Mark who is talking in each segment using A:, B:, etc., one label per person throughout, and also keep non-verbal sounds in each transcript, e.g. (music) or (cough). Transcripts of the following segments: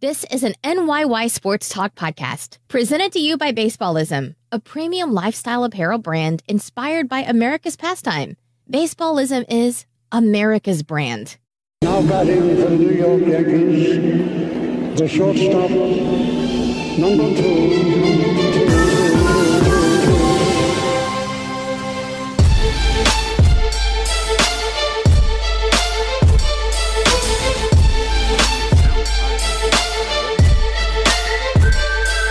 A: This is an NYY Sports Talk podcast presented to you by Baseballism, a premium lifestyle apparel brand inspired by America's pastime. Baseballism is America's brand.
B: Now batting for the New York Yankees, the shortstop, number two.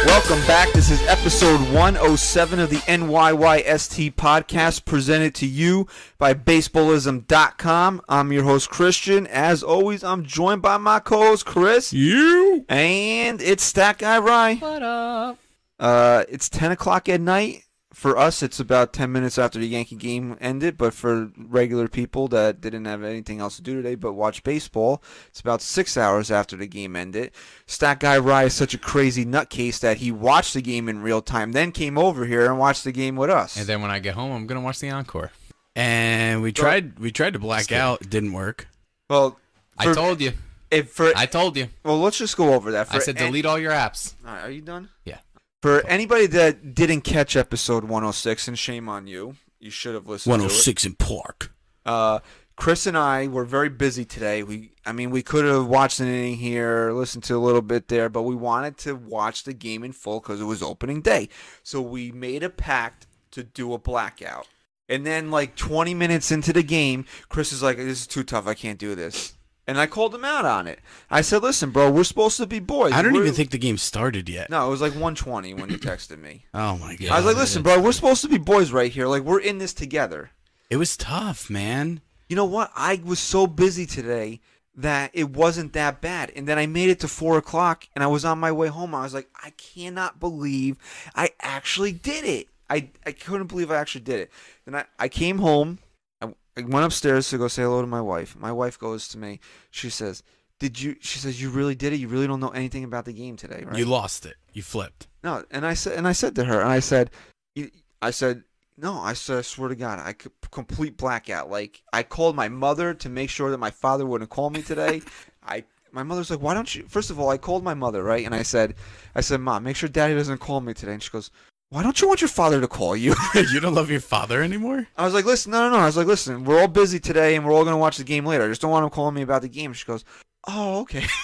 C: Welcome back. This is episode 107 of the NYYST podcast presented to you by baseballism.com. I'm your host, Christian. As always, I'm joined by my co host, Chris.
D: You?
C: And it's that guy, Rye. What up? Uh, it's 10 o'clock at night. For us, it's about 10 minutes after the Yankee game ended, but for regular people that didn't have anything else to do today but watch baseball, it's about six hours after the game ended. Stat Guy Rye is such a crazy nutcase that he watched the game in real time, then came over here and watched the game with us.
D: And then when I get home, I'm gonna watch the encore.
E: And we tried we tried to black out, it didn't work.
C: well,
D: I
C: for-
D: told you.
C: if for,
D: I told you.
C: well, let's just go over that. For
D: I said
C: an-
D: delete all your apps.
C: All right, are you done?
D: Yeah.
C: For anybody that didn't catch episode 106, and shame on you, you should have listened.
E: One
C: to
E: oh
C: it.
E: six in Park.
C: Uh, Chris and I were very busy today. We, I mean, we could have watched an inning here, listened to a little bit there, but we wanted to watch the game in full because it was opening day. So we made a pact to do a blackout. And then, like 20 minutes into the game, Chris is like, "This is too tough. I can't do this." And I called him out on it. I said, "Listen, bro, we're supposed to be boys."
E: I don't
C: We're-
E: even think the game started yet.
C: No, it was like 120 when you texted me.
E: Oh my god.
C: I was like, "Listen, bro, we're supposed to be boys right here. Like we're in this together."
E: it was tough, man.
C: you know what? I was so busy today that it wasn't that bad. And then I made it to four o'clock and I was on my way home. I was like, I cannot believe I actually did it. I, I couldn't believe I actually did it. Then I, I came home. I, I went upstairs to go say hello to my wife. My wife goes to me. She says, Did you? She says, You really did it? You really don't know anything about the game today, right?
E: You lost it. You flipped. (laughs)
C: No, and I said, and I said to her, and I said, "You- I said, no, I said, I swear to God, I c- complete blackout. Like I called my mother to make sure that my father wouldn't call me
E: (laughs)
C: today. I, my mother's like, why don't you? First of all, I called my mother, right? And I said, I said, Mom, make sure Daddy doesn't call me today. And she goes, Why don't you want your father to call you? (laughs)
E: you don't love your father anymore?
C: I was like, listen, no, no, no. I was like, listen, we're all busy today, and we're all gonna watch the game later. I just don't want him calling me about the game. She goes, Oh, okay. (laughs)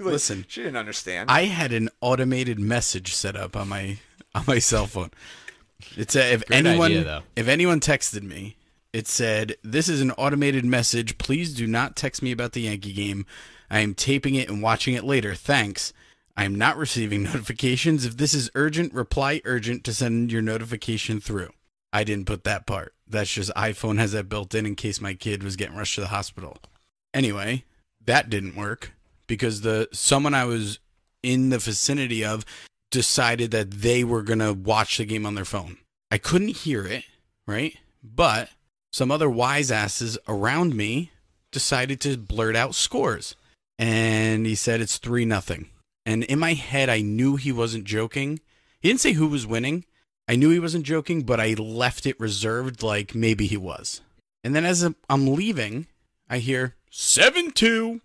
C: Like,
E: Listen.
C: she didn't understand.
E: I had an automated message set up on my on my cell phone. It said if
D: Great
E: anyone
D: idea, though.
E: if anyone texted me, it said, This is an automated message. Please do not text me about the Yankee game. I am taping it and watching it later. Thanks. I am not receiving (laughs) notifications. If this is urgent, reply urgent to send your notification through. I didn't put that part. That's just iPhone has that built in in case my kid was getting rushed to the hospital. Anyway, that didn't work because the someone I was in the vicinity of decided that they were going to watch the game on their phone. I couldn't hear it, right? But some other wise asses around me decided to blurt out scores. And he said it's 3 nothing. And in my head I knew he wasn't joking. He didn't say who was winning. I knew he wasn't joking, but I left it reserved like maybe he was. And then as I'm- I'm leaving, I hear 7-2.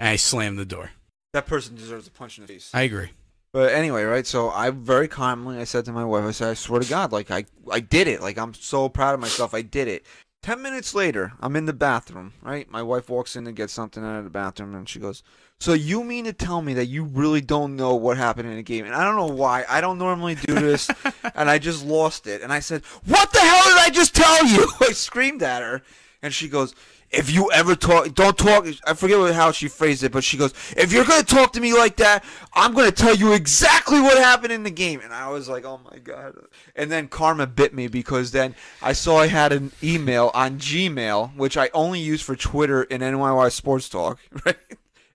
E: And I slam the door.
C: that person deserves a punch in the face.
E: I agree.
C: But anyway, right? So I very calmly I said to my wife, I said, I swear to God, like I I did it. Like I'm so proud of myself. I did it. Ten minutes later, I'm in the bathroom, right? My wife walks in to get something out of the bathroom and she goes, So you mean to tell me that you really don't know what happened in the game? And I don't know why. I don't normally do this and I just lost it. And I said, What the hell did I just tell you? (laughs) I screamed at her and she goes, if you ever talk, don't talk. I forget what- how she phrased it, but she goes, "If you're gonna talk to me like that, I'm gonna tell you exactly what happened in the game." And I was like, "Oh my god!" And then karma bit me because then I saw I had an email on Gmail, which I only use for Twitter and NYY Sports Talk, (laughs) right?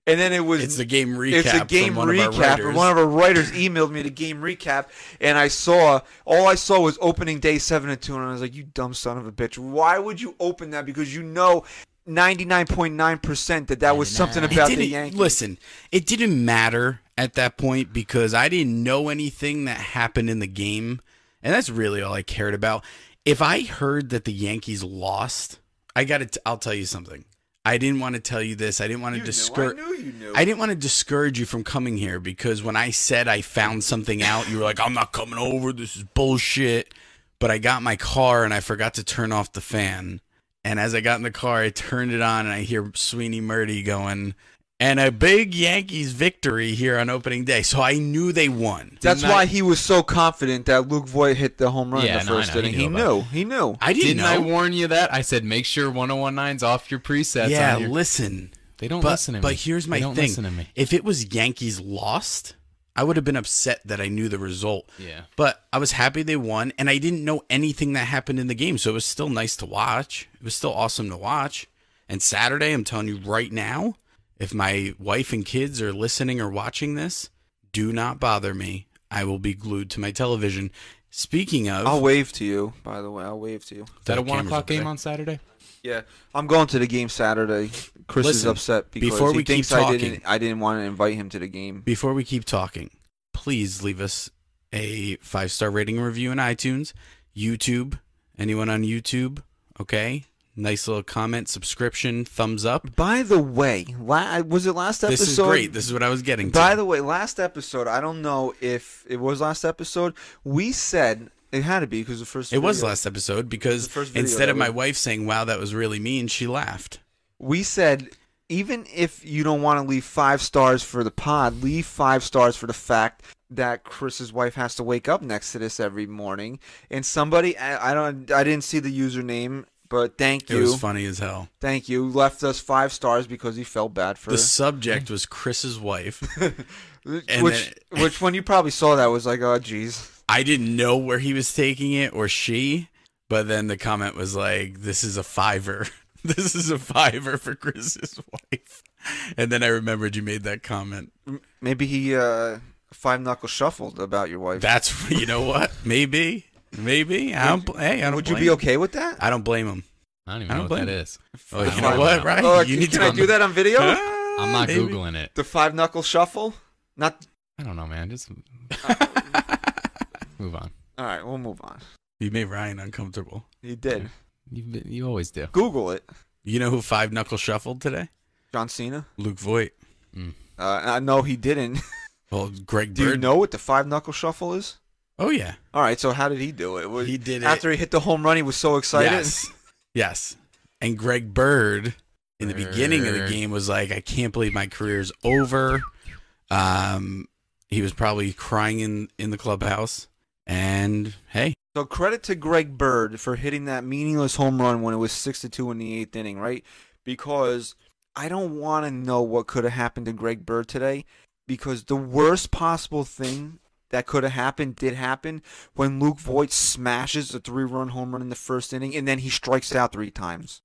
C: And then it was
E: It's the game recap.
C: it's a
E: from
C: game
E: one Of our
C: recap. and
E: writers.
C: one of our writers emailed me the game recap, and I saw all I saw was opening day seven and two, and I was like, "You dumb son of a bitch! Why would you open that? Because you know, ninety nine point nine percent that that was something
E: It
C: about the
E: didn't-
C: Yankees."
E: Listen, it didn't matter at that point because I didn't know anything that happened in the game, and that's really all I cared about. If I heard that the Yankees lost, I got to. I'll tell you something. I didn't want to tell you this. I didn't want to discourage.
C: knew you knew.
E: I didn't want to discourage you from coming here because when I said I found something out, you were like, I'm not coming over. This is bullshit. But I got my car and I forgot to turn off the fan. And as I got in the car, I turned it on and I hear Sweeney Murdy going, and a big Yankees victory here on opening day. So I knew they won.
C: That's
D: Didn't I-
C: why he was so confident that Luke Voigt hit the home run
D: Yeah,
C: in the
D: no, I
C: first
D: know. He
C: inning. He
D: knew
C: knew.
D: about
C: He knew.
E: I didn't,
D: Didn't
E: know.
D: I warn you that? I said make sure 1019's off your presets.
E: yeah,
D: on your-
E: listen.
D: they don't
E: but,
D: listen to me.
E: But here's my
D: they don't
E: thing.
D: Listen to me.
E: If it was Yankees lost, I would have been upset that I knew the result.
D: Yeah.
E: But I was happy they won, and I didn't know anything that happened in the game, so it was still nice to watch. It was still awesome to watch. And Saturday, I'm telling you right now, if my wife and kids are listening or watching this, do not bother me. I will be glued to my television. Speaking of,
D: Oh,
C: I'll wave to you, by the way. I'll wave to you.
D: Is that a
E: The
D: one
E: camera's
D: o'clock
E: over
D: game
E: there.
D: on Saturday?
C: Yeah, I'm going to the game Saturday. Chris is
E: Listen,
C: upset because
E: before
C: he
E: we keep
C: thinks I
E: talking-
C: didn't. I didn't want to invite him to the game.
E: Before we keep talking, please leave us a five star rating and review on iTunes, YouTube, anyone on YouTube, okay? Nice little comment, subscription, thumbs up.
C: By the way, la- was it last episode?
E: This is great. This is what I was getting to.
C: By the way, last episode, I don't know if it was last episode. We said it had to be because the first.
E: it was
C: video-
E: last episode because
C: The first video
E: instead
C: that
E: of my
C: we-
E: wife saying, wow, that was really mean, she laughed.
C: We said even if you don't want to leave five stars for the pod, leave five stars for the fact that Chris's wife has to wake up next to this every morning. And somebody, I, I don't, I didn't see the username, but thank
E: It
C: you,
E: was funny as hell.
C: thank you, left us five stars because he felt bad for.
E: The subject was
C: (laughs)
E: Chris's wife. and
C: which, which one you probably saw that was like, oh, jeez.
E: I didn't know where he was taking it or she, but then the comment was like, "This is a fiver. (laughs) This is a fiver for Chris's (laughs) wife." And then I remembered you made that comment.
C: Maybe he uh, five knuckle shuffled about your wife.
E: That's you know what? Maybe, maybe. I don't. bl- hey, I don't.
C: Would you
E: blame
C: be okay with that?
E: I don't blame him.
D: I don't even
E: I
D: know
E: don't
D: what that
E: blame you.
D: is.
E: Oh,
D: I
E: you
D: don't
E: know what?
D: know.
E: Right?
C: Oh,
E: you
C: can I do that on video?
D: I'm
E: Ah,
D: not googling it.
C: The five knuckle shuffle? Not.
D: I don't know, man.
E: (laughs)
D: Just move on.
C: All right, we'll move on. Hmm.
E: You made Ryan uncomfortable.
C: He did.
D: You you always do.
C: Google it.
E: You know who five knuckle shuffled today?
C: John Cena.
E: Luke Voigt.
C: Uh, I know he didn't. (laughs)
E: Well, Greg
C: do you
E: Bird.
C: know what the five knuckle shuffle is?
E: Oh yeah.
C: All right, so how did he do it? Was-
E: He did it-
C: after he hit the home run. He was so excited.
E: Yes. Yes. And Greg Bird in the beginning of the
D: Bird.
E: game was like, I can't believe my career's over. Um, he was probably crying in, in the clubhouse. And hey,
C: So credit to Greg Bird for hitting that meaningless home run when it was six to two in the eighth inning, right? Because I don't want to know what could have happened to Greg Bird today, because the worst possible thing that could have happened did happen when Luke Voigt smashes a three-run home run in the first inning, and then he strikes out three times.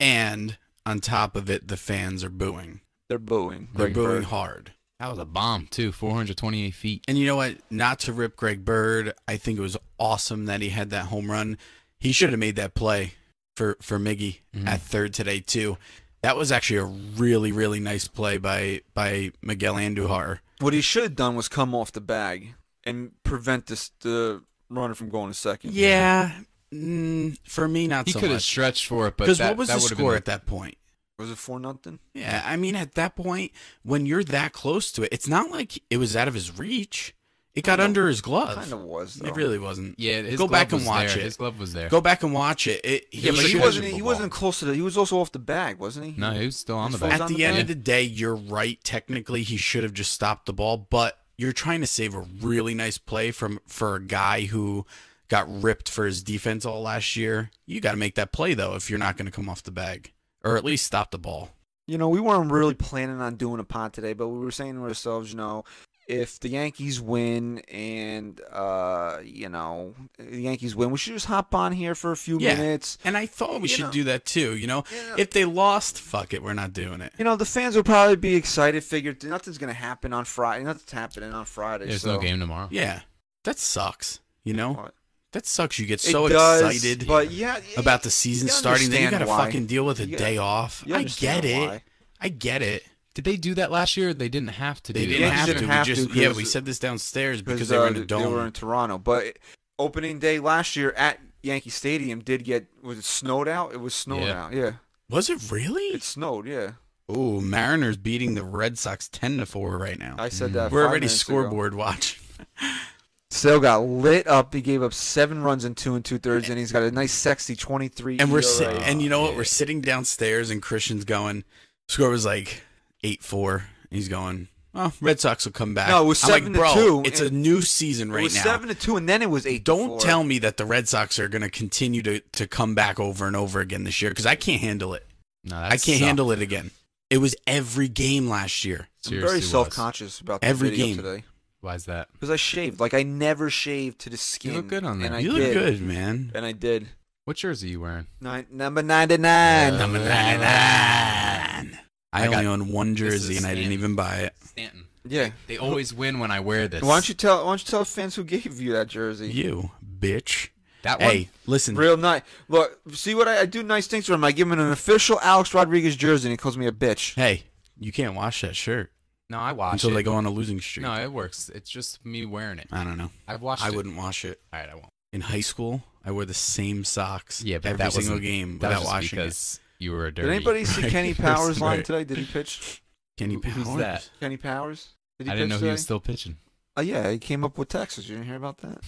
E: and on top of it, the fans are booing.
C: They're booing.
E: They're
C: Greg
E: booing
C: Bird.
E: hard.
D: That was a bomb too. 428 feet.
E: And you know what? Not to rip Greg Bird, I think it was awesome that he had that home run. He should have made that play for for Miggy
D: Mhm.
E: at third today too. That was actually a really really nice play by by Miguel Andujar.
C: What he should have done was come off the bag and prevent this the runner from going to second.
E: Yeah, mm, for me not
D: He
E: so
D: could have
E: much.
D: stretched for it, but
E: Because
D: that-
E: what was
D: that
E: the
D: would have
E: score
D: Been,
E: at that point?
C: Was it four nothing?
E: Yeah, I mean at that point when you're that close to it, it's not like it was out of his reach. It got
C: Kinda-
E: under his glove.
C: Kind of was. Though.
E: It really wasn't.
D: yeah, his
E: go
D: glove
E: back and
D: was
E: watch
D: there.
E: it.
D: His glove was there.
E: Go back and watch it. it
D: Yeah,
C: Yeah,
D: but
C: but he
D: should-
C: wasn't.
D: Should-
C: He wasn't close to the. He was also off the bag, wasn't he?
D: no, he was still on the
C: His foot-
D: back.
E: at
C: on
E: the,
C: the
E: end
D: bag.
E: of the day, you're right. Technically, he should have just stopped the ball, but you're trying to save a really nice play from for a guy who got ripped for his defense all last year. You got to make that play though if you're not going to come off the bag or at least stop the ball.
C: You know, we weren't really planning on doing a pod today, but we were saying to ourselves, you know, if the Yankees win and uh, you know, the Yankees win, we should just hop on here for a few
E: Yeah.
C: minutes.
E: And I thought we
C: You
E: should
C: know-
E: do that too. You know,
C: Yeah.
E: if they lost, fuck it, we're not doing it.
C: You know, the fans will probably be excited. Figured nothing's gonna happen on Friday. Nothing's happening on Friday.
D: There's
C: so.
D: no game tomorrow.
E: Yeah, that sucks. You know,
C: What?
E: that sucks. You get
C: It
E: so
C: does,
E: excited
C: but yeah,
E: about the season starting, then you got to fucking deal with a
C: You-
E: day off.
C: you
E: I
C: understand
E: get it.
C: why.
E: I get it.
D: Did they do that last year? They didn't have to.
E: They
D: do it
E: didn't
C: Yankees
D: last
E: have
D: year.
E: to.
C: didn't have
E: we just,
C: to
E: yeah,
C: 'cause-
E: we said this downstairs because they
C: uh,
E: were in a dome.
C: They were in Toronto, but opening day last year at Yankee Stadium did get was it snowed out? It was snowed
D: Yeah.
C: out. Yeah.
E: Was it really?
C: It snowed, yeah.
E: Oh, Mariners beating the Red Sox ten to four right now.
C: I said that.
E: Mm. We're
C: five
E: already
C: minutes ago. (laughs)
E: scoreboard watch.
C: Still got lit up. He gave up seven runs in two and two thirds, and he's got a nice, sexy twenty-three. E
E: and we're si-
C: ERA.
E: and you know what? We're sitting downstairs, and Christian's going. Score was like eight four. He's going. Oh, Red Sox will come back.
C: No, it was
E: I'm like,
C: seven to
E: "Bro,
C: two,
E: It's
C: and-
E: a new season right
C: it was
E: now.
C: seven to two, and then it was eight. to
E: Don't
C: four.
E: tell me that the Red Sox are going to continue to to come back over and over again this year because I can't handle it.
D: No,
E: I can't handle it again. It was every game last year.
C: I'm very self-conscious about the
E: Every
C: video
E: game.
C: today
D: Why's that?
C: because I shaved. Like I never shaved to the skin.
D: look good on
C: and
D: that.
C: I
E: you look
C: did,
E: good, man.
C: and I did.
D: What jersey are you wearing?
C: Nine, number ninety-nine.
D: Uh,
E: Number nine. I,
D: I got-
E: only own one
D: This is
E: jersey and I didn't
D: Stanton.
E: even buy it.
D: Stanton.
C: yeah.
D: They always win when I wear this.
C: Why don't you tell? Why don't you tell the fans who gave you that jersey?
E: You bitch.
D: That one.
E: Hey, listen.
C: Real nice. Look, see what I, I do. Nice things for him. I give him an official Alex Rodriguez jersey, and he calls me a bitch.
E: Hey, you can't wash that shirt
D: No, I watch
E: until
D: it.
E: they go on a losing streak.
D: No, it works. It's just me wearing it.
E: I don't know.
D: I've watched.
E: I
D: it.
E: wouldn't wash it.
D: All right, I won't.
E: In high school, I wore the same socks
D: Yeah, but
E: every
D: that
E: single
D: wasn't-
E: game
D: That was
E: without
D: just
E: washing it.
D: because you were a dirty.
C: Did
D: (laughs)
C: anybody see
E: Right.
C: Kenny Powers line
E: Right.
C: today? Did he pitch?
E: Kenny
D: Who- who's
E: Powers.
D: that?
C: Kenny Powers? Did he
D: I didn't know
C: pitch
D: he was
C: today?
D: still pitching.
C: Uh, yeah, he came up with Texas. You didn't hear about that?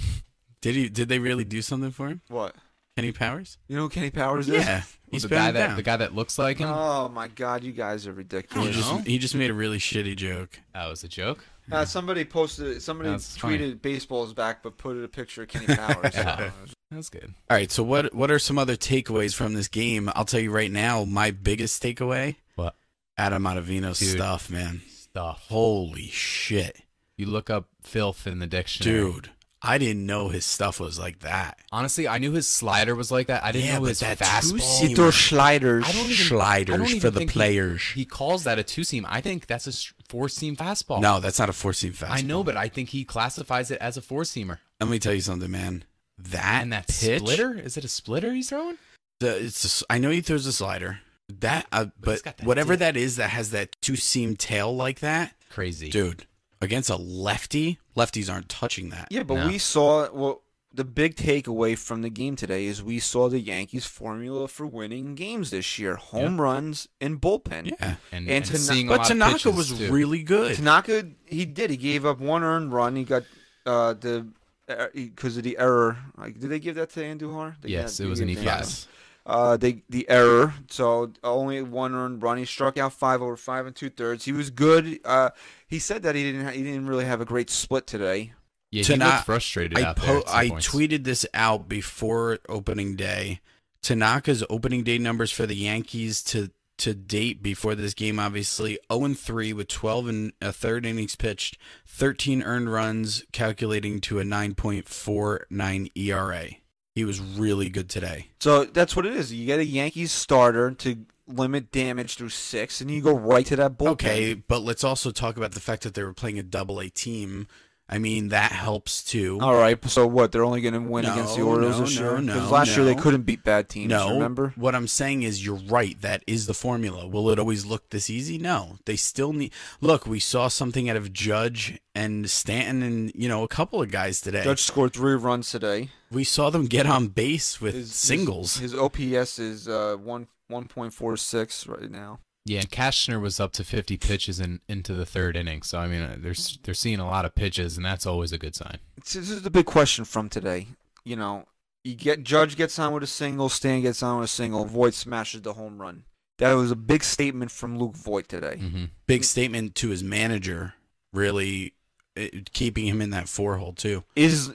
E: Did he? Did they really do something for him?
C: What?
E: Kenny Powers?
C: You know who Kenny Powers is?
E: Yeah, he's
D: the guy
E: been
D: that
E: down.
D: the guy that looks like him.
C: Oh my God, you guys are
E: He
D: don't
C: ridiculous.
E: just
D: know.
E: he just made a really shitty joke.
D: that was a joke.
C: Uh, somebody posted, somebody
D: That's
C: tweeted
D: funny.
C: "baseball's back," but put a picture of
D: (laughs)
C: Kenny Powers. Uh,
D: Yeah. That's good.
E: All right, so what what are some other takeaways from this game? I'll tell you right now, my biggest takeaway.
D: What?
E: Adam Ottavino's
D: Dude.
E: stuff, man.
D: Stuff.
E: Holy shit,
D: You look up filth in the dictionary.
E: dude! I didn't know his stuff was like that.
D: Honestly, I knew his slider was like that. I didn't
E: Yeah,
D: know
E: but
D: his
E: that
D: fastball.
E: two-seam-
C: Tito Schleiders.
D: I don't even- I
E: Sliders
D: don't even
E: for the
D: think he-
E: players.
D: He, calls that a two seam. I think that's a s- four seam fastball.
E: No, that's not a four seam fastball.
D: I know, but I think he classifies it as a four seamer.
E: Let me tell you something, man. That
D: And that
E: pitch,
D: splitter is it a splitter he's throwing?
E: the- it's just, I know he throws a slider. That, uh,
D: it's
E: but,
D: got that
E: whatever
D: dip.
E: that is that has that two seam tail like that,
D: Crazy.
E: dude. Against a lefty, lefties aren't touching that.
C: Yeah, but
D: No.
C: we saw well the big takeaway from the game today is we saw the Yankees formula for winning games this year. Home runs and bullpen.
E: Yeah.
D: And,
C: And
D: and,
C: Tana-
D: seeing a
E: But
D: lot of
E: Tanaka
D: pitches,
E: was
D: too.
E: really good.
C: Tanaka he did. He gave up one earned run. He got uh the because of the error. Like, did they give that to Andujar? They
D: Yes,
C: got-
D: it
C: they
D: was an E
C: gave
D: E5.
C: that to him. Uh, they the error. So only one earned run. He struck out five over five and two thirds. He was good. Uh, he said that he didn't ha- he didn't really have a great split today.
D: Yeah, he
E: Tana-
D: looked frustrated
E: I,
D: out there.
E: po-
D: at some
E: I
D: points.
E: tweeted this out before opening day. Tanaka's opening day numbers for the Yankees to to date before this game, obviously 0 and 3 with 12 and a third innings pitched, 13 earned runs, calculating to a 9.49 ERA. E He was really good today.
C: So that's what it is. You get a Yankees starter to limit damage through six, and you go right to that bullpen.
E: Okay, but let's also talk about the fact that they were playing a double A team. I mean, that helps too.
C: All right. So what? They're only going to win against the
E: No,
C: Orioles
E: no,
C: this year.
E: no, no,
C: Because last year they
E: no.
C: couldn't beat bad teams.
E: No,
C: Remember?
E: what I'm saying is you're right. That is the formula. Will it always look this easy? No, they still need. Look, we saw something out of Judge and Stanton, and you know a couple of guys today.
C: Judge scored three runs today.
E: We saw them get on base with
C: His-
E: singles.
C: His, his OPS is uh, one one point four six right now.
D: Yeah, and Kashner was up to 50 pitches in, into the third inning. So I mean, uh, they're s- they're seeing a lot of pitches, and that's always a good
E: (laughs)
D: sign.
C: It's- This is the big question from today. You know, you get Judge gets on with a single, Stan gets on with a single, Voigt smashes the home run. That was a big statement from Luke Voigt today.
E: Mm.
D: Mm-hmm.
E: Big statement to his manager, really eh, keeping him in that four hole too.
C: is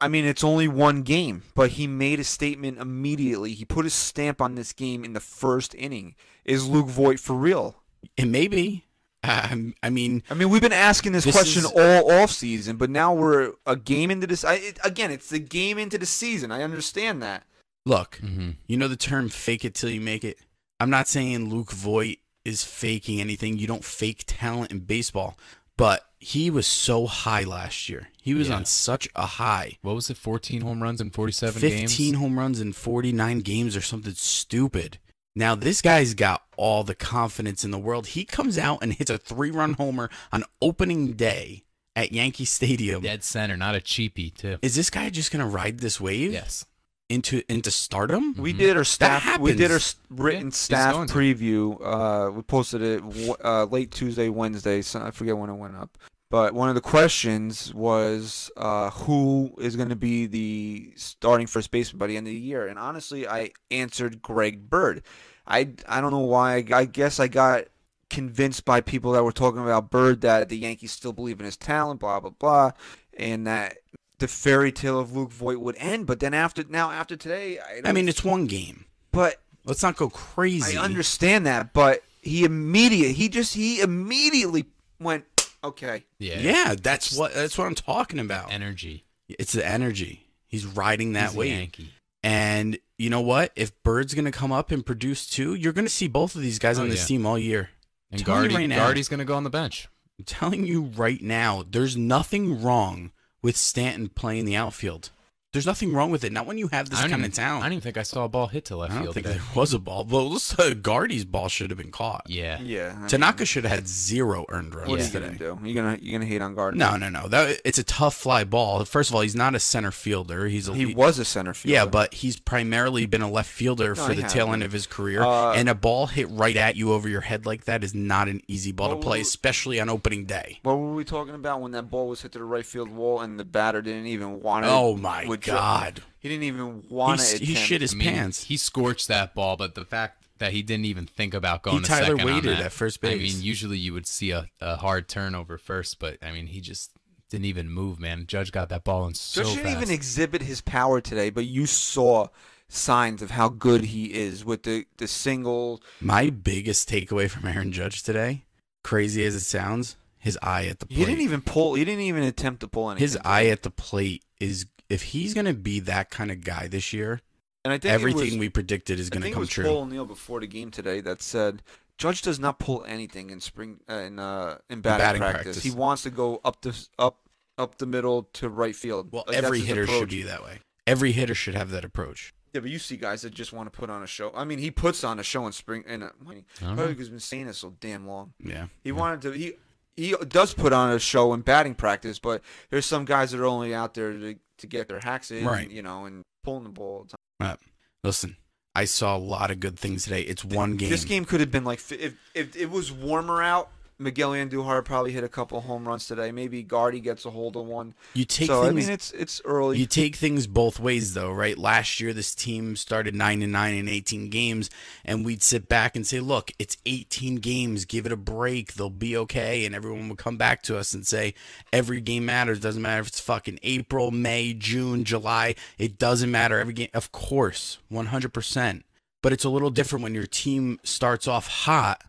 C: I mean it's only one game, but he made a statement immediately. He put his stamp on this game in the first inning. Is Luke Voigt for real?
E: And maybe, (laughs) um, I mean,
C: I mean, we've been asking this,
E: This
C: question
E: is-
C: all off season, but now we're a game into this. I, it, again, it's the game into the season. I understand that.
E: look,
D: Mm-hmm.
E: You know the term fake it till you make it? I'm not saying Luke Voigt is faking anything. You don't fake talent in baseball, but he was so high last year. He was
D: Yeah.
E: on such a high.
D: What was it? 14 home runs in 47
E: 15
D: games.
E: home runs in 49 games or something stupid. Now this guy's got all the confidence in the world. He comes out and hits a three-run homer on opening day at Yankee Stadium.
D: Dead center, not a cheapie too.
E: Is this guy just going to ride this wave?
D: Yes.
E: into into stardom.
C: We
D: Mm-hmm.
C: did our staff. We did our
E: Mm-hmm. happens.
C: s- written
D: Yeah, he's
C: staff
D: going to.
C: preview. Uh, we posted it w- uh, late Tuesday, Wednesday. So I forget when it went up. But one of the questions was uh, who is going to be the starting first baseman by the end of the year, and honestly, I answered Greg Bird. I I don't know why. I, I guess I got convinced by people that were talking about Bird that the Yankees still believe in his talent, blah blah blah, and that the fairy tale of Luke Voigt would end. But then after now after today, I, don't
E: I mean, it's one game.
C: but
E: Let's not go crazy.
C: I understand that, but he immediate he just he immediately went okay.
D: Yeah.
E: Yeah, that's what that's what I'm talking about.
D: Energy.
E: It's the energy. He's riding Oh. that
D: He's a
E: wave.
D: Yankee.
E: And you know what? If Bird's going to come up and produce too, you're going to see both of these guys
D: Oh,
E: on this
D: yeah.
E: team all year.
D: And
E: Telling you
D: Guardy,
E: right now.
D: Guardy's going to go on the bench.
E: I'm telling you right now, there's nothing wrong with Stanton playing the outfield. There's nothing wrong with it. Not when you have this
D: I don't
E: kind
D: even,
E: of talent.
D: I don't even think I saw a ball hit to left
E: I don't
D: field.
E: think
D: today.
E: there was a ball. Well, let's uh, Guardy's ball should have been caught.
D: Yeah.
C: Yeah, I mean,
E: Tanaka should have had zero earned runs
C: What are
D: Yeah.
C: you
E: today.
C: gonna do? You're gonna you're gonna hate on Gardner.
E: No, no, no. That it's a tough fly ball. First of all, he's not a center fielder. He's a
C: he was a center fielder.
E: yeah, but he's primarily been a left fielder for
C: he
E: the
C: has
E: tail
C: been.
E: end of his career.
C: Uh,
E: and a ball hit right at you over your head like that is not an easy ball to
C: Well,
E: play,
C: well-
E: especially on opening day.
C: What were we talking about when that ball was hit to the right field wall and the batter didn't even want it?
E: Oh my
C: Would-
E: God.
C: He didn't even want
E: He's-
C: it.
E: he shit his
D: I mean,
E: pants.
D: He scorched that ball, but the fact that he didn't even think about going
E: He
D: to
E: Tyler
D: second on
E: Wadered
D: that,
E: at first
D: I
E: base.
D: mean, usually you would see a, a hard turnover first, but I mean, he just didn't even move, man. Judge got that ball in so
C: Judge didn't
D: fast.
C: even exhibit his power today, but you saw signs of how good he is with the the single.
E: My biggest takeaway from Aaron Judge today, crazy as it sounds, his eye at the plate.
C: He didn't even pull. He didn't even attempt to pull anything.
E: his eye at the plate is if he's going to be that kind of guy this year,
C: and I think it was-
E: everything we predicted is going
C: I
E: to
C: think
E: come
C: it was
E: true.
C: Paul O'Neill before the game today that said Judge does not pull anything in spring uh, in uh, in batting,
E: batting
C: practice.
E: practice.
C: He wants to go up the up up the middle to right field.
E: Well,
C: Like, that's
E: every
C: his
E: hitter should
C: approach.
E: be that way. Every hitter should have that approach.
C: Yeah, but you see guys that just want to put on a show. I mean, he puts on a show in spring. And uh,
D: don't
C: probably because he's been saying this so damn long.
E: Yeah.
C: He wanted to. He he does put on a show in batting practice, but there's some guys that are only out there to, to get their hacks in,
E: Right.
C: you know, and pulling the ball. all the time.
E: Right. Listen, I saw a lot of good things today. It's one game.
C: This game could have been like fi- if if it was warmer out. Miguel Andujar probably hit a couple home runs today. Maybe Guardy gets a hold of one.
E: You take
C: so
E: things.
C: I mean, it's it's early.
E: you take things both ways though, right? Last year this team started 9 and 9 in 18 games and we'd sit back and say, "Look, it's 18 games, give it a break, they'll be okay." And everyone would come back to us and say, "Every game matters, doesn't matter if it's fucking April, May, June, July, it doesn't matter every game." Of course, 100%. But it's a little different when your team starts off hot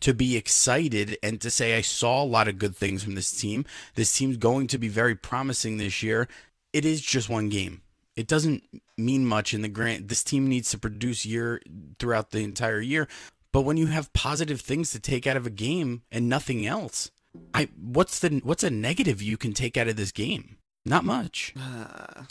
E: to be excited and to say I saw a lot of good things from this team. This team's going to be very promising this year. It is just one game. It doesn't mean much in the grant. This team needs to produce year throughout the entire year. But when you have positive things to take out of a game and nothing else, I what's the what's a negative you can take out of this game? Not much.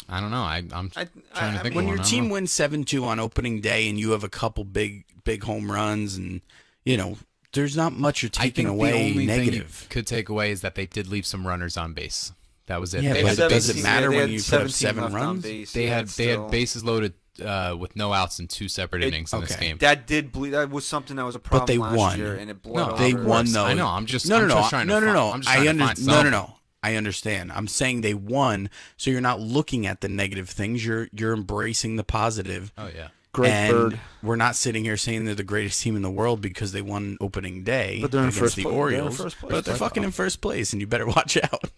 D: I don't know. I, I'm
C: I- I-
D: trying to
C: I
D: think.
C: mean-
D: of
E: When your
D: one. I don't
E: team
D: know.
E: wins seven two on opening day and you have a couple big big home runs and you know there's not much you're
D: I
E: taking
D: think
E: away
D: the only
E: negative.
D: thing you could take away is that they did leave some runners on base. That was it.
E: Yeah,
D: they
E: but
D: had,
E: it
D: bases-
E: doesn't
C: 17
E: matter
C: they
E: when
C: had
E: you put
C: 17
E: up seven
C: left on
E: runs.
C: base.
D: they had they
C: still-
D: had bases loaded uh, with no outs in two separate
C: It-
D: innings in this
E: okay.
D: game.
C: That did bleed. That was something that was a problem
E: they
C: last
E: won.
C: year, and it blew
D: No,
C: out
E: they
C: our-
E: won
D: course.
E: though.
D: I know, I'm just-
E: no, no,
D: I'm
E: no,
D: just trying to
E: no, no,
D: find-
E: no.
D: I'm just
E: I
D: trying to
E: under-
D: find
E: no, no,
D: something.
E: no. I understand. I'm saying they won, so you're not looking at the negative things. You're you're embracing the positive.
D: Oh yeah.
C: Great
E: and
C: bird.
E: We're not sitting here saying they're the greatest team in the world because they won opening day
C: But they're in
E: against
C: first
E: the
C: pla- they're in
E: Orioles.
C: first place. oh.
E: But they're
C: Fuck
E: fucking
C: off.
E: in first place, and you better (laughs) watch out.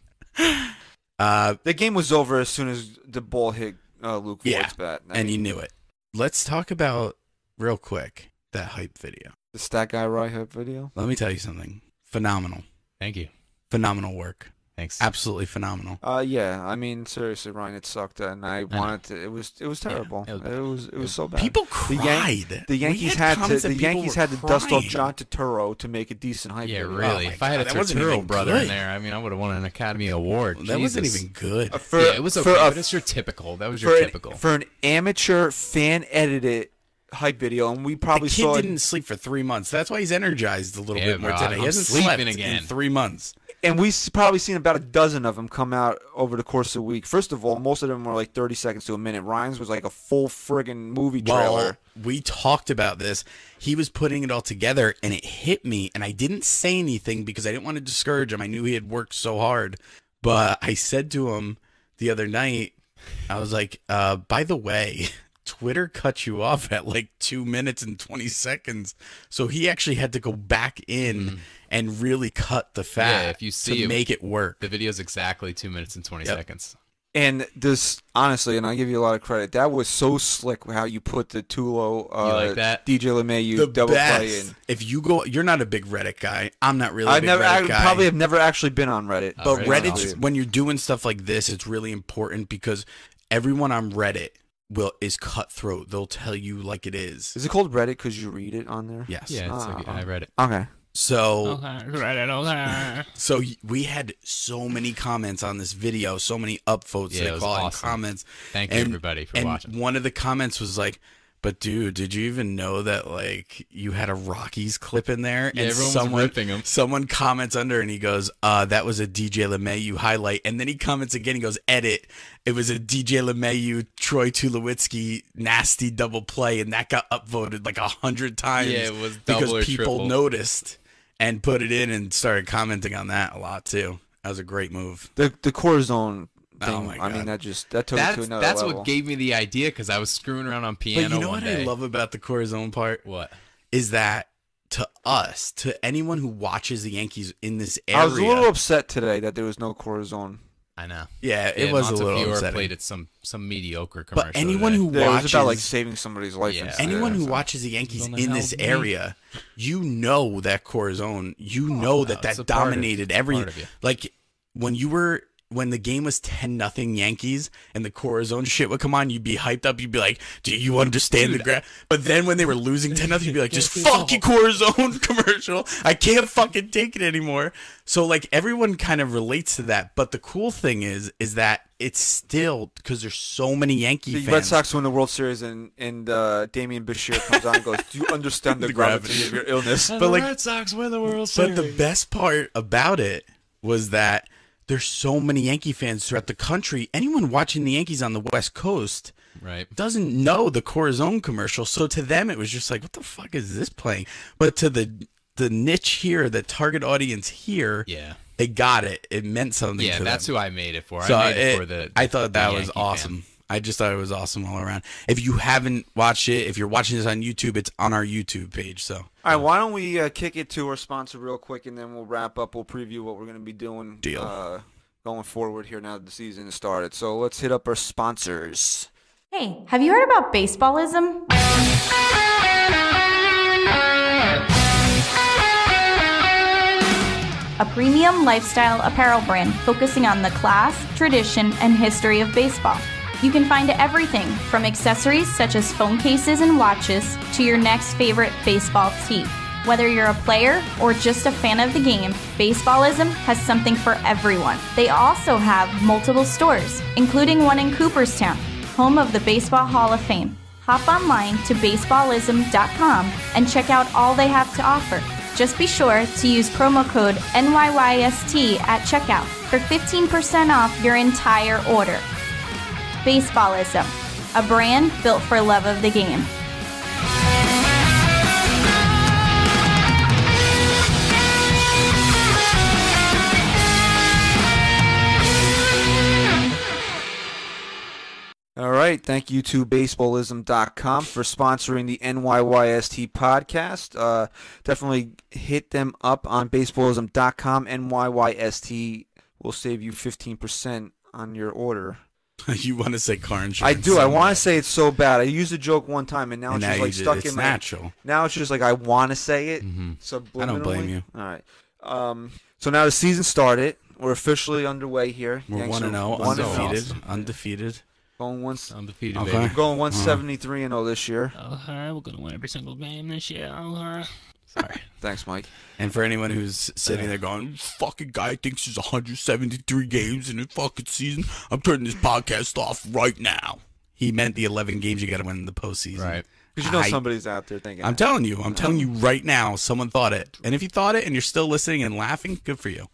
E: Uh,
C: The game was over as soon as the ball hit uh, Luke
E: Yeah,
C: Voigt's bat. I
E: and
C: mean,
E: you knew it. Let's talk about real quick that hype video.
C: the Stat Guy Rye Hip video.
E: Let me tell you something. Phenomenal,
D: Thank you.
E: phenomenal work.
D: Thanks.
E: Absolutely phenomenal.
C: Uh, yeah. I mean, seriously, Ryan, it sucked, and I,
D: know.
C: wanted to. It was it was terrible.
D: it was bad.
C: it was it was so bad.
E: People
C: The, Yan-
E: cried.
C: the
E: We
C: Yankees
E: had
C: had, to.
E: comments that
C: The
E: people
C: Yankees
E: were
C: had to dust off
E: crying.
C: John Turturro to make a decent Uh, hype.
D: Yeah,
C: video.
D: really.
E: Oh, my
D: if I had
E: God,
D: a
E: that wasn't
D: Turturro
E: even
D: brother
E: good.
D: in there, I mean, I would have won an Academy Award.
E: That wasn't
D: Jesus.
E: even good.
C: Uh, for-
D: yeah, it was
C: for
D: okay,
C: a-
D: but it's your typical. That was
C: for
D: your
C: an,
D: typical.
C: for an amateur fan edited hype video, and we probably
E: the kid
C: saw it
E: didn't sleep for three months. That's why he's energized a little
D: Yeah,
E: bit more
D: bro,
E: today. He
D: I'm
E: hasn't
D: sleeping
E: slept
D: again.
E: in three months.
C: and we've s- probably seen about a dozen of them come out over the course of the week. First of all, most of them were like 30 seconds to a minute. Ryan's was like a full friggin' movie trailer.
E: Well, we talked about this. He was putting it all together and it hit me. And I didn't say anything because I didn't want to discourage him. I knew he had worked so hard. But I said to him the other night, I was like, uh, by the way, (laughs) Twitter cut you off at like two minutes and 20 seconds. So he actually had to go back in and really cut the fat
D: Mm-hmm. if you see
E: to
D: it-
E: make it work.
D: The video's exactly two minutes and twenty
E: Yep.
D: seconds.
C: And this, honestly, and I give you a lot of credit. That was so slick how you put the Tulo, uh,
D: like that?
C: DJ LeMayu
E: The
C: double play
E: best.
C: in.
E: If you go, you're not a big Reddit guy. I'm not really. a
C: I
E: big
C: never,
E: Reddit
C: I
E: guy. Oh,
C: probably have never actually been on Reddit.
D: Uh,
E: But
D: Reddit's
E: Reddit's
D: awesome.
E: when you're doing stuff like this, it's really important because everyone on Reddit will is cutthroat. They'll tell you like it is.
C: is it called Reddit because you read it on there?
E: Yes.
D: Yeah, it's like,
C: Ah.
D: I read it.
C: Okay.
E: So so y- we had so many comments on this video, so many upvotes
D: Yeah, it
E: they
D: was
E: call it, and
D: awesome.
E: comments.
D: (laughs) Thank you
E: And-
D: everybody for
E: and
D: watching.
E: one of the comments was like, "But dude, did you even know that like you had a Rockies clip in there?"
D: Yeah,
E: and
D: everyone was ripping 'em.
E: Someone comments under and he goes, "Uh, that was a DJ LeMayu highlight." And then he comments again. He goes, "Edit. It was a DJ LeMayu Troy Tulowitzki nasty double play, and that got upvoted like a hundred times.
D: Yeah, it was double
E: because
D: or
E: people
D: triple.
E: noticed and put it in and started commenting on that a lot too. That was a great move.
C: The the core zone thing.
E: Oh my
C: I mean,
E: God.
C: that just that took it to
D: That's
C: another
D: that's
C: level.
D: what gave me the idea because I was screwing around on
E: But
D: piano
E: you know
D: one
E: what
D: day.
E: I love about the Corazon part?
D: what?
E: is that to us, to anyone who watches the Yankees in this area,
C: I was a little upset today that there was no core zone.
D: I know.
E: yeah, it
D: Yeah,
E: was a
D: Montefiore
E: little upsetting.
D: played at some some mediocre commercial.
E: But anyone
D: today.
C: Yeah,
E: who
C: It was
E: watches,
C: about like saving somebody's life.
D: Yeah.
C: and stuff.
E: anyone who
C: So-
E: watches the Yankees
D: Don't
E: in this
D: help me.
E: area, you know that Corazon, you know that
D: Oh, it's a
E: that
D: part of-
E: dominated
D: part of
E: everything.
D: you.
E: Like when you were. When the game was ten nothing Yankees and the Corazon shit would come on, you'd be hyped up. You'd be like, "Do you understand the graph?" But then when they were losing ten nothing, you'd be like,
D: (laughs)
E: "Just fucking Corazon (laughs) commercial. I can't fucking take it anymore." So like everyone kind of relates to that. But the cool thing is, is that it's still because there's so many Yankee
C: The
E: E fans.
C: Red Sox win the World Series, and and uh, Damian Bashir comes on and goes, "Do you understand the,
E: (laughs) The
C: gravity.
E: gravity.
C: of your
E: (laughs)
C: illness?"
D: And
E: but
D: the
E: like-
D: Red Sox win the World
E: But
D: Series.
E: the best part about it was that there's so many Yankee fans throughout the country. Anyone watching the Yankees on the West Coast
D: right.
E: doesn't know the Corazon commercial. So to them, it was just like, what the fuck is this playing? But to the the niche here, the target audience here,
D: Yeah.
E: they got it. It meant something.
D: Yeah,
E: to
D: that's
E: them.
D: who I made it for.
E: So
D: I made it,
E: it-
D: for the.
E: I thought that
D: the
E: was
D: Yankee fan.
E: awesome. I just thought it was awesome all around. If you haven't watched it, if you're watching this on YouTube, it's on our YouTube page. So (laughs)
C: All right, why don't we uh, kick it to our sponsor real quick, and then we'll wrap up. We'll preview what we're going to be doing
E: Deal.
C: Uh, going forward here now that the season has started. So let's hit up our sponsors.
F: Hey, have you heard about baseballism? A premium lifestyle apparel brand focusing on the class, tradition, and history of baseball. You can find everything from accessories such as phone cases and watches to your next favorite baseball tee. Whether you're a player or just a fan of the game, Baseballism has something for everyone. They also have multiple stores, including one in Cooperstown, home of the Baseball Hall of Fame. Hop online to baseballism.com and check out all they have to offer. Just be sure to use promo code NYYST at checkout for 15% off your entire order. Baseballism, a brand built for love of the game.
C: All right, thank you to baseballism.com for sponsoring the NYYST podcast. Uh, definitely hit them up on baseballism.com. NYYST will save you 15% on your order.
E: you want to say car
C: I
E: insurance?
C: do. I
E: so
C: want to
E: much.
C: say it's so bad. I used a joke one time, and now it's
E: And now
C: just
E: you
C: like
E: did-
C: stuck
E: it's
C: in my.
E: natural. Mm-hmm.
C: Now it's just like I want to say it. Subliminally.
E: I don't blame you.
C: All right. Um, so now the season started. We're officially underway here.
E: We're
C: Yanks
E: one and
C: are
E: zero,
C: one and
E: undefeated, Uh-huh.
C: oh.
E: undefeated.
C: Going once,
D: Undefeated,
E: Okay.
D: baby.
E: (laughs)
C: going 173 and 0 this year.
E: Uh-huh.
G: O'Hara, we're gonna win every single game this year. O'Hara.
D: Sorry.
C: Thanks, Mike.
E: And for
C: (laughs)
E: anyone who's sitting there going, "This "Fucking guy thinks he's 173 games in a fucking season," I'm turning this podcast off right now. He meant the 11 games you got to win in the postseason.
D: Right.
C: Because you know
E: I-
C: somebody's out there thinking.
E: I'm
C: that.
E: telling you, I'm telling you right now, someone thought it. And if you thought it and you're still listening and laughing, good for you.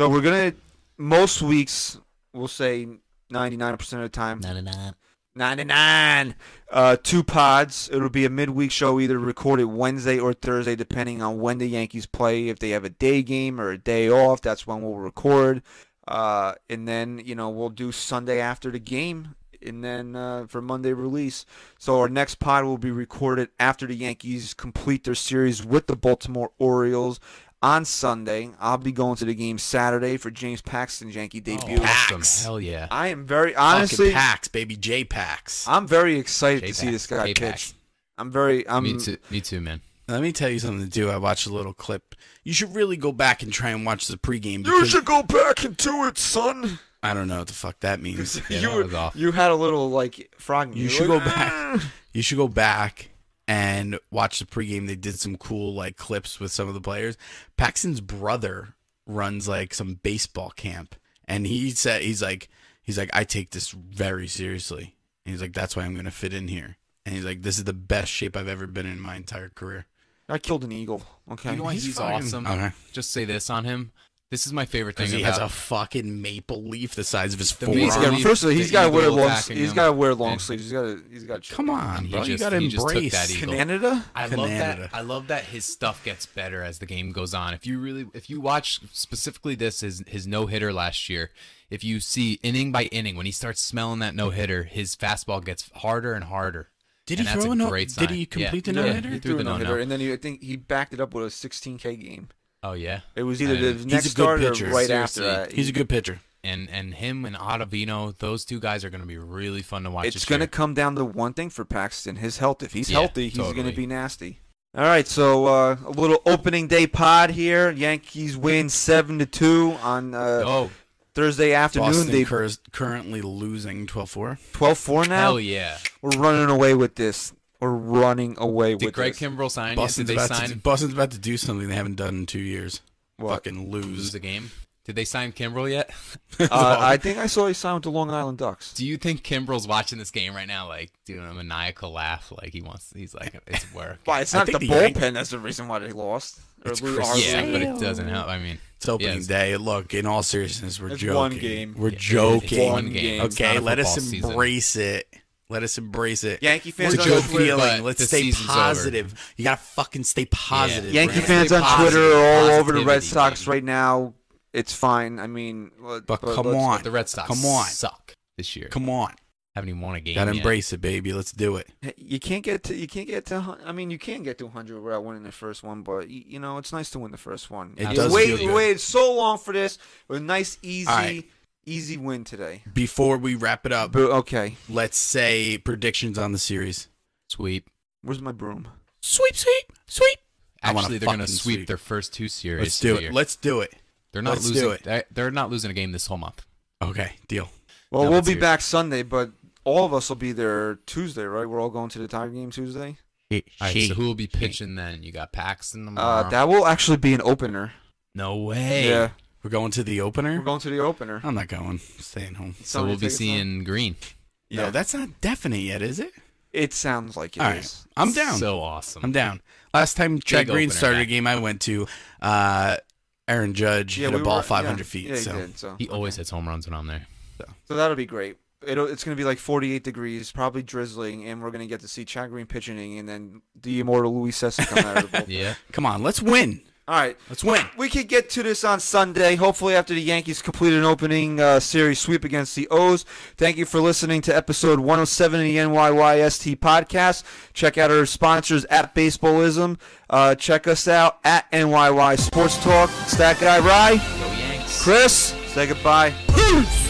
C: So we're gonna most weeks we'll say ninety nine percent of the time. Ninety nine. Ninety nine. Uh, two pods. It'll be a midweek show either recorded Wednesday or Thursday, depending on when the Yankees play. If they have a day game or a day off, that's when we'll record. Uh, and then you know we'll do Sunday after the game, and then uh, for Monday release. So our next pod will be recorded after the Yankees complete their series with the Baltimore Orioles on Sunday. I'll be going to the game Saturday for James Paxton's Yankee debut.
D: Oh, Awesome.
E: Pax.
D: Hell yeah.
C: I am very
E: Fucking
C: honestly,
E: packs, baby. J packs.
C: I'm very excited to
D: J-Pax,
C: see this guy
D: J-Pax.
C: pitch. I'm very,
E: Um,
C: I'm
D: me too. Me too,
E: (laughs)
D: man.
E: Let me tell you something to do. I watched a little clip. You should really go back and try and watch the pregame.
C: You
E: because
C: should go back into it, son.
E: I don't know what the fuck that means.
D: Yeah,
C: you
D: that
C: were-
D: was off.
C: you had a little like frog. in
E: You
C: your
E: should go
C: throat.
E: back. You should go back and watch the pregame. They did some cool like clips with some of the players. Paxton's brother runs like some baseball camp, and he said he's like he's like I take this very seriously. And he's like that's why I'm gonna fit in here. And he's like this is the best shape I've ever been in my entire career.
C: (laughs) I killed an eagle. Okay.
D: You know why he's,
E: fucking-
D: awesome?
E: Okay.
D: Just say this on him. This is my favorite thing
E: Because he
D: about
E: has a fucking maple leaf the size of his
D: The
E: forearm.
D: meat's
C: He's got,
D: Army,
C: first of all, he's
D: the
C: got to wear
D: eagle
C: long.
D: attacking
C: He's
D: him.
C: got to wear long
D: Yeah.
C: sleeves. He's got to. He's got.
E: Come on,
D: He
E: bro. you
D: just-
E: gotta
D: he just took
E: embrace.
D: that eagle.
C: Canada.
D: I love
E: Canada.
D: that. I love that his stuff gets better as the game goes on. If you really, if you watch specifically this his his no hitter last year, if you see inning by inning when he starts smelling that no hitter, his fastball gets harder and harder.
E: Did
D: And
E: he
D: that's
E: throw
D: a
E: a no-
D: great
E: did
D: sign.
E: he complete the
D: Yeah,
E: no-hitter?
D: Yeah, he
C: He
D: threw the no
C: no-hitter,
D: hitter.
C: and then he, I think he backed it up with a 16k game.
D: Oh yeah,
C: It was either
D: I-
C: the
E: a
C: next
E: good
C: start or
E: pitcher.
C: right after
D: Seriously.
C: that.
E: He's a good pitcher.
D: and and him and Ottavino, those two guys are going to be really fun to watch.
C: it's
D: this
C: going to
D: year.
C: come down to one thing for Paxton his health. If he's
D: Yeah,
C: healthy, he's going
D: totally.
C: to be nasty. All right, so uh, a little opening day pod here. Yankees win 7 to 2 on uh,
D: Oh
C: Thursday afternoon.
E: Boston
C: They
E: cur- is currently losing 12-4.
C: 12 4 now.
D: hell yeah!
C: We're running away with this. We're running away
D: Did
C: with
D: Greg
C: this.
D: Kimbrell sign? yet? Did
E: Boston's
D: they
E: about,
D: sign
E: to, Boston's about to do something they haven't done in two years.
C: What?
E: Fucking lose.
D: lose the game? Did they sign
C: (laughs)
D: Kimbrel yet? (laughs)
C: uh, I think I saw he signed with the Long Island Ducks.
D: Do you think Kimbrel's watching this game right now, like doing a maniacal laugh, like he wants? He's like, it's work.
C: Why, it's
E: I
C: not the
E: think the Yan-
C: bullpen. That's the reason why they lost. Or
E: It's
C: lo-
E: Chris
C: are
D: yeah,
C: losing.
D: but it doesn't help. I mean,
E: It's opening
D: Yes.
E: day. Look, in all seriousness, we're
C: It's
E: joking.
C: one game.
E: We're
D: Yeah, it's
E: joking.
C: one game. It's
E: Okay,
D: not a
E: let us
D: football season.
E: embrace it. Let us embrace it.
C: Yankee fans
E: It's a
C: on
E: good
C: Twitter-
E: feeling.
D: But
E: Let's
D: the
E: stay
D: season's over.
E: positive. You gotta fucking stay positive.
C: Yankee
E: Brandon.
C: fans
D: Stay
C: on Twitter
D: positive.
C: are all over the Red
D: Positivity,
C: Sox
D: baby.
C: right now. It's fine. I mean, let-
E: But
C: let's-
E: come on,
D: the Red Sox
E: Come on,
D: suck this year.
E: come on.
D: Haven't even won a game.
E: Gotta
D: yet.
E: embrace it, baby. Let's do it.
C: You can't get to. You can't get to. hun- I mean, you can get to 100 without winning the first one, but y- you know it's nice to win the first one.
E: It
C: you
E: does
C: wait,
E: feel good.
C: you waited so long for this. It was a nice, easy,
E: All right. Uh,
C: easy win today.
E: Before we wrap it up,
C: But okay,
E: let's say predictions on the series.
D: Sweep.
C: where's my broom?
E: Sweep, sweep, sweep. I want a
D: Actually, they're gonna
E: fucking
D: sweep,
E: sweep.
D: their first two series.
E: Let's do
D: of the
E: it.
D: year.
E: Let's do it.
D: they're not
E: let's do
D: losing.
E: it.
D: they- They're not losing a game this whole month.
E: Okay, deal.
C: Well,
D: No,
C: we'll
D: let's
C: be
D: hear it.
C: back Sunday, but all of us will be there Tuesday, right? We're all going to the Tiger game Tuesday.
D: All right, so who will be pitching then? You got Paxton tomorrow.
C: Uh, that will actually be an opener.
D: no way.
C: Yeah,
E: We're going to the
C: we're
E: opener.
C: going to the opener.
E: I'm not going. Staying home.
D: So
C: Somebody
D: we'll be
C: take us home.
D: seeing Green.
C: Yeah.
E: No, that's not definite yet, is it?
C: It sounds like it
E: All right,
C: is.
E: I'm down.
D: So awesome.
E: I'm down. Last time Chad
D: Big
E: Green
D: opener
E: started a
D: back.
E: game, I went to. Uh, Aaron Judge hit a
C: we
E: ball
C: were-
E: 500
C: yeah.
E: feet.
C: Yeah, he
E: so
C: did, so.
D: He always hits home runs when I'm there.
C: So that'll be great. It'll, it's going to be like 48 degrees, probably drizzling, and we're going to get to see Chad Green pitching and then the immortal Luis Sessa come out of the bullpen.
D: (laughs) Yeah.
E: come on, let's win.
C: All right.
E: Let's win.
C: We could get to this on Sunday, hopefully after the Yankees complete an opening uh, series sweep against the O's. Thank you for listening to episode 107 of the NYYST podcast. Check out our sponsors at Baseballism. Uh, check us out at NYY Sports Talk. Stack Guy Rye.
D: Go Yanks.
C: Chris, say goodbye. Peace.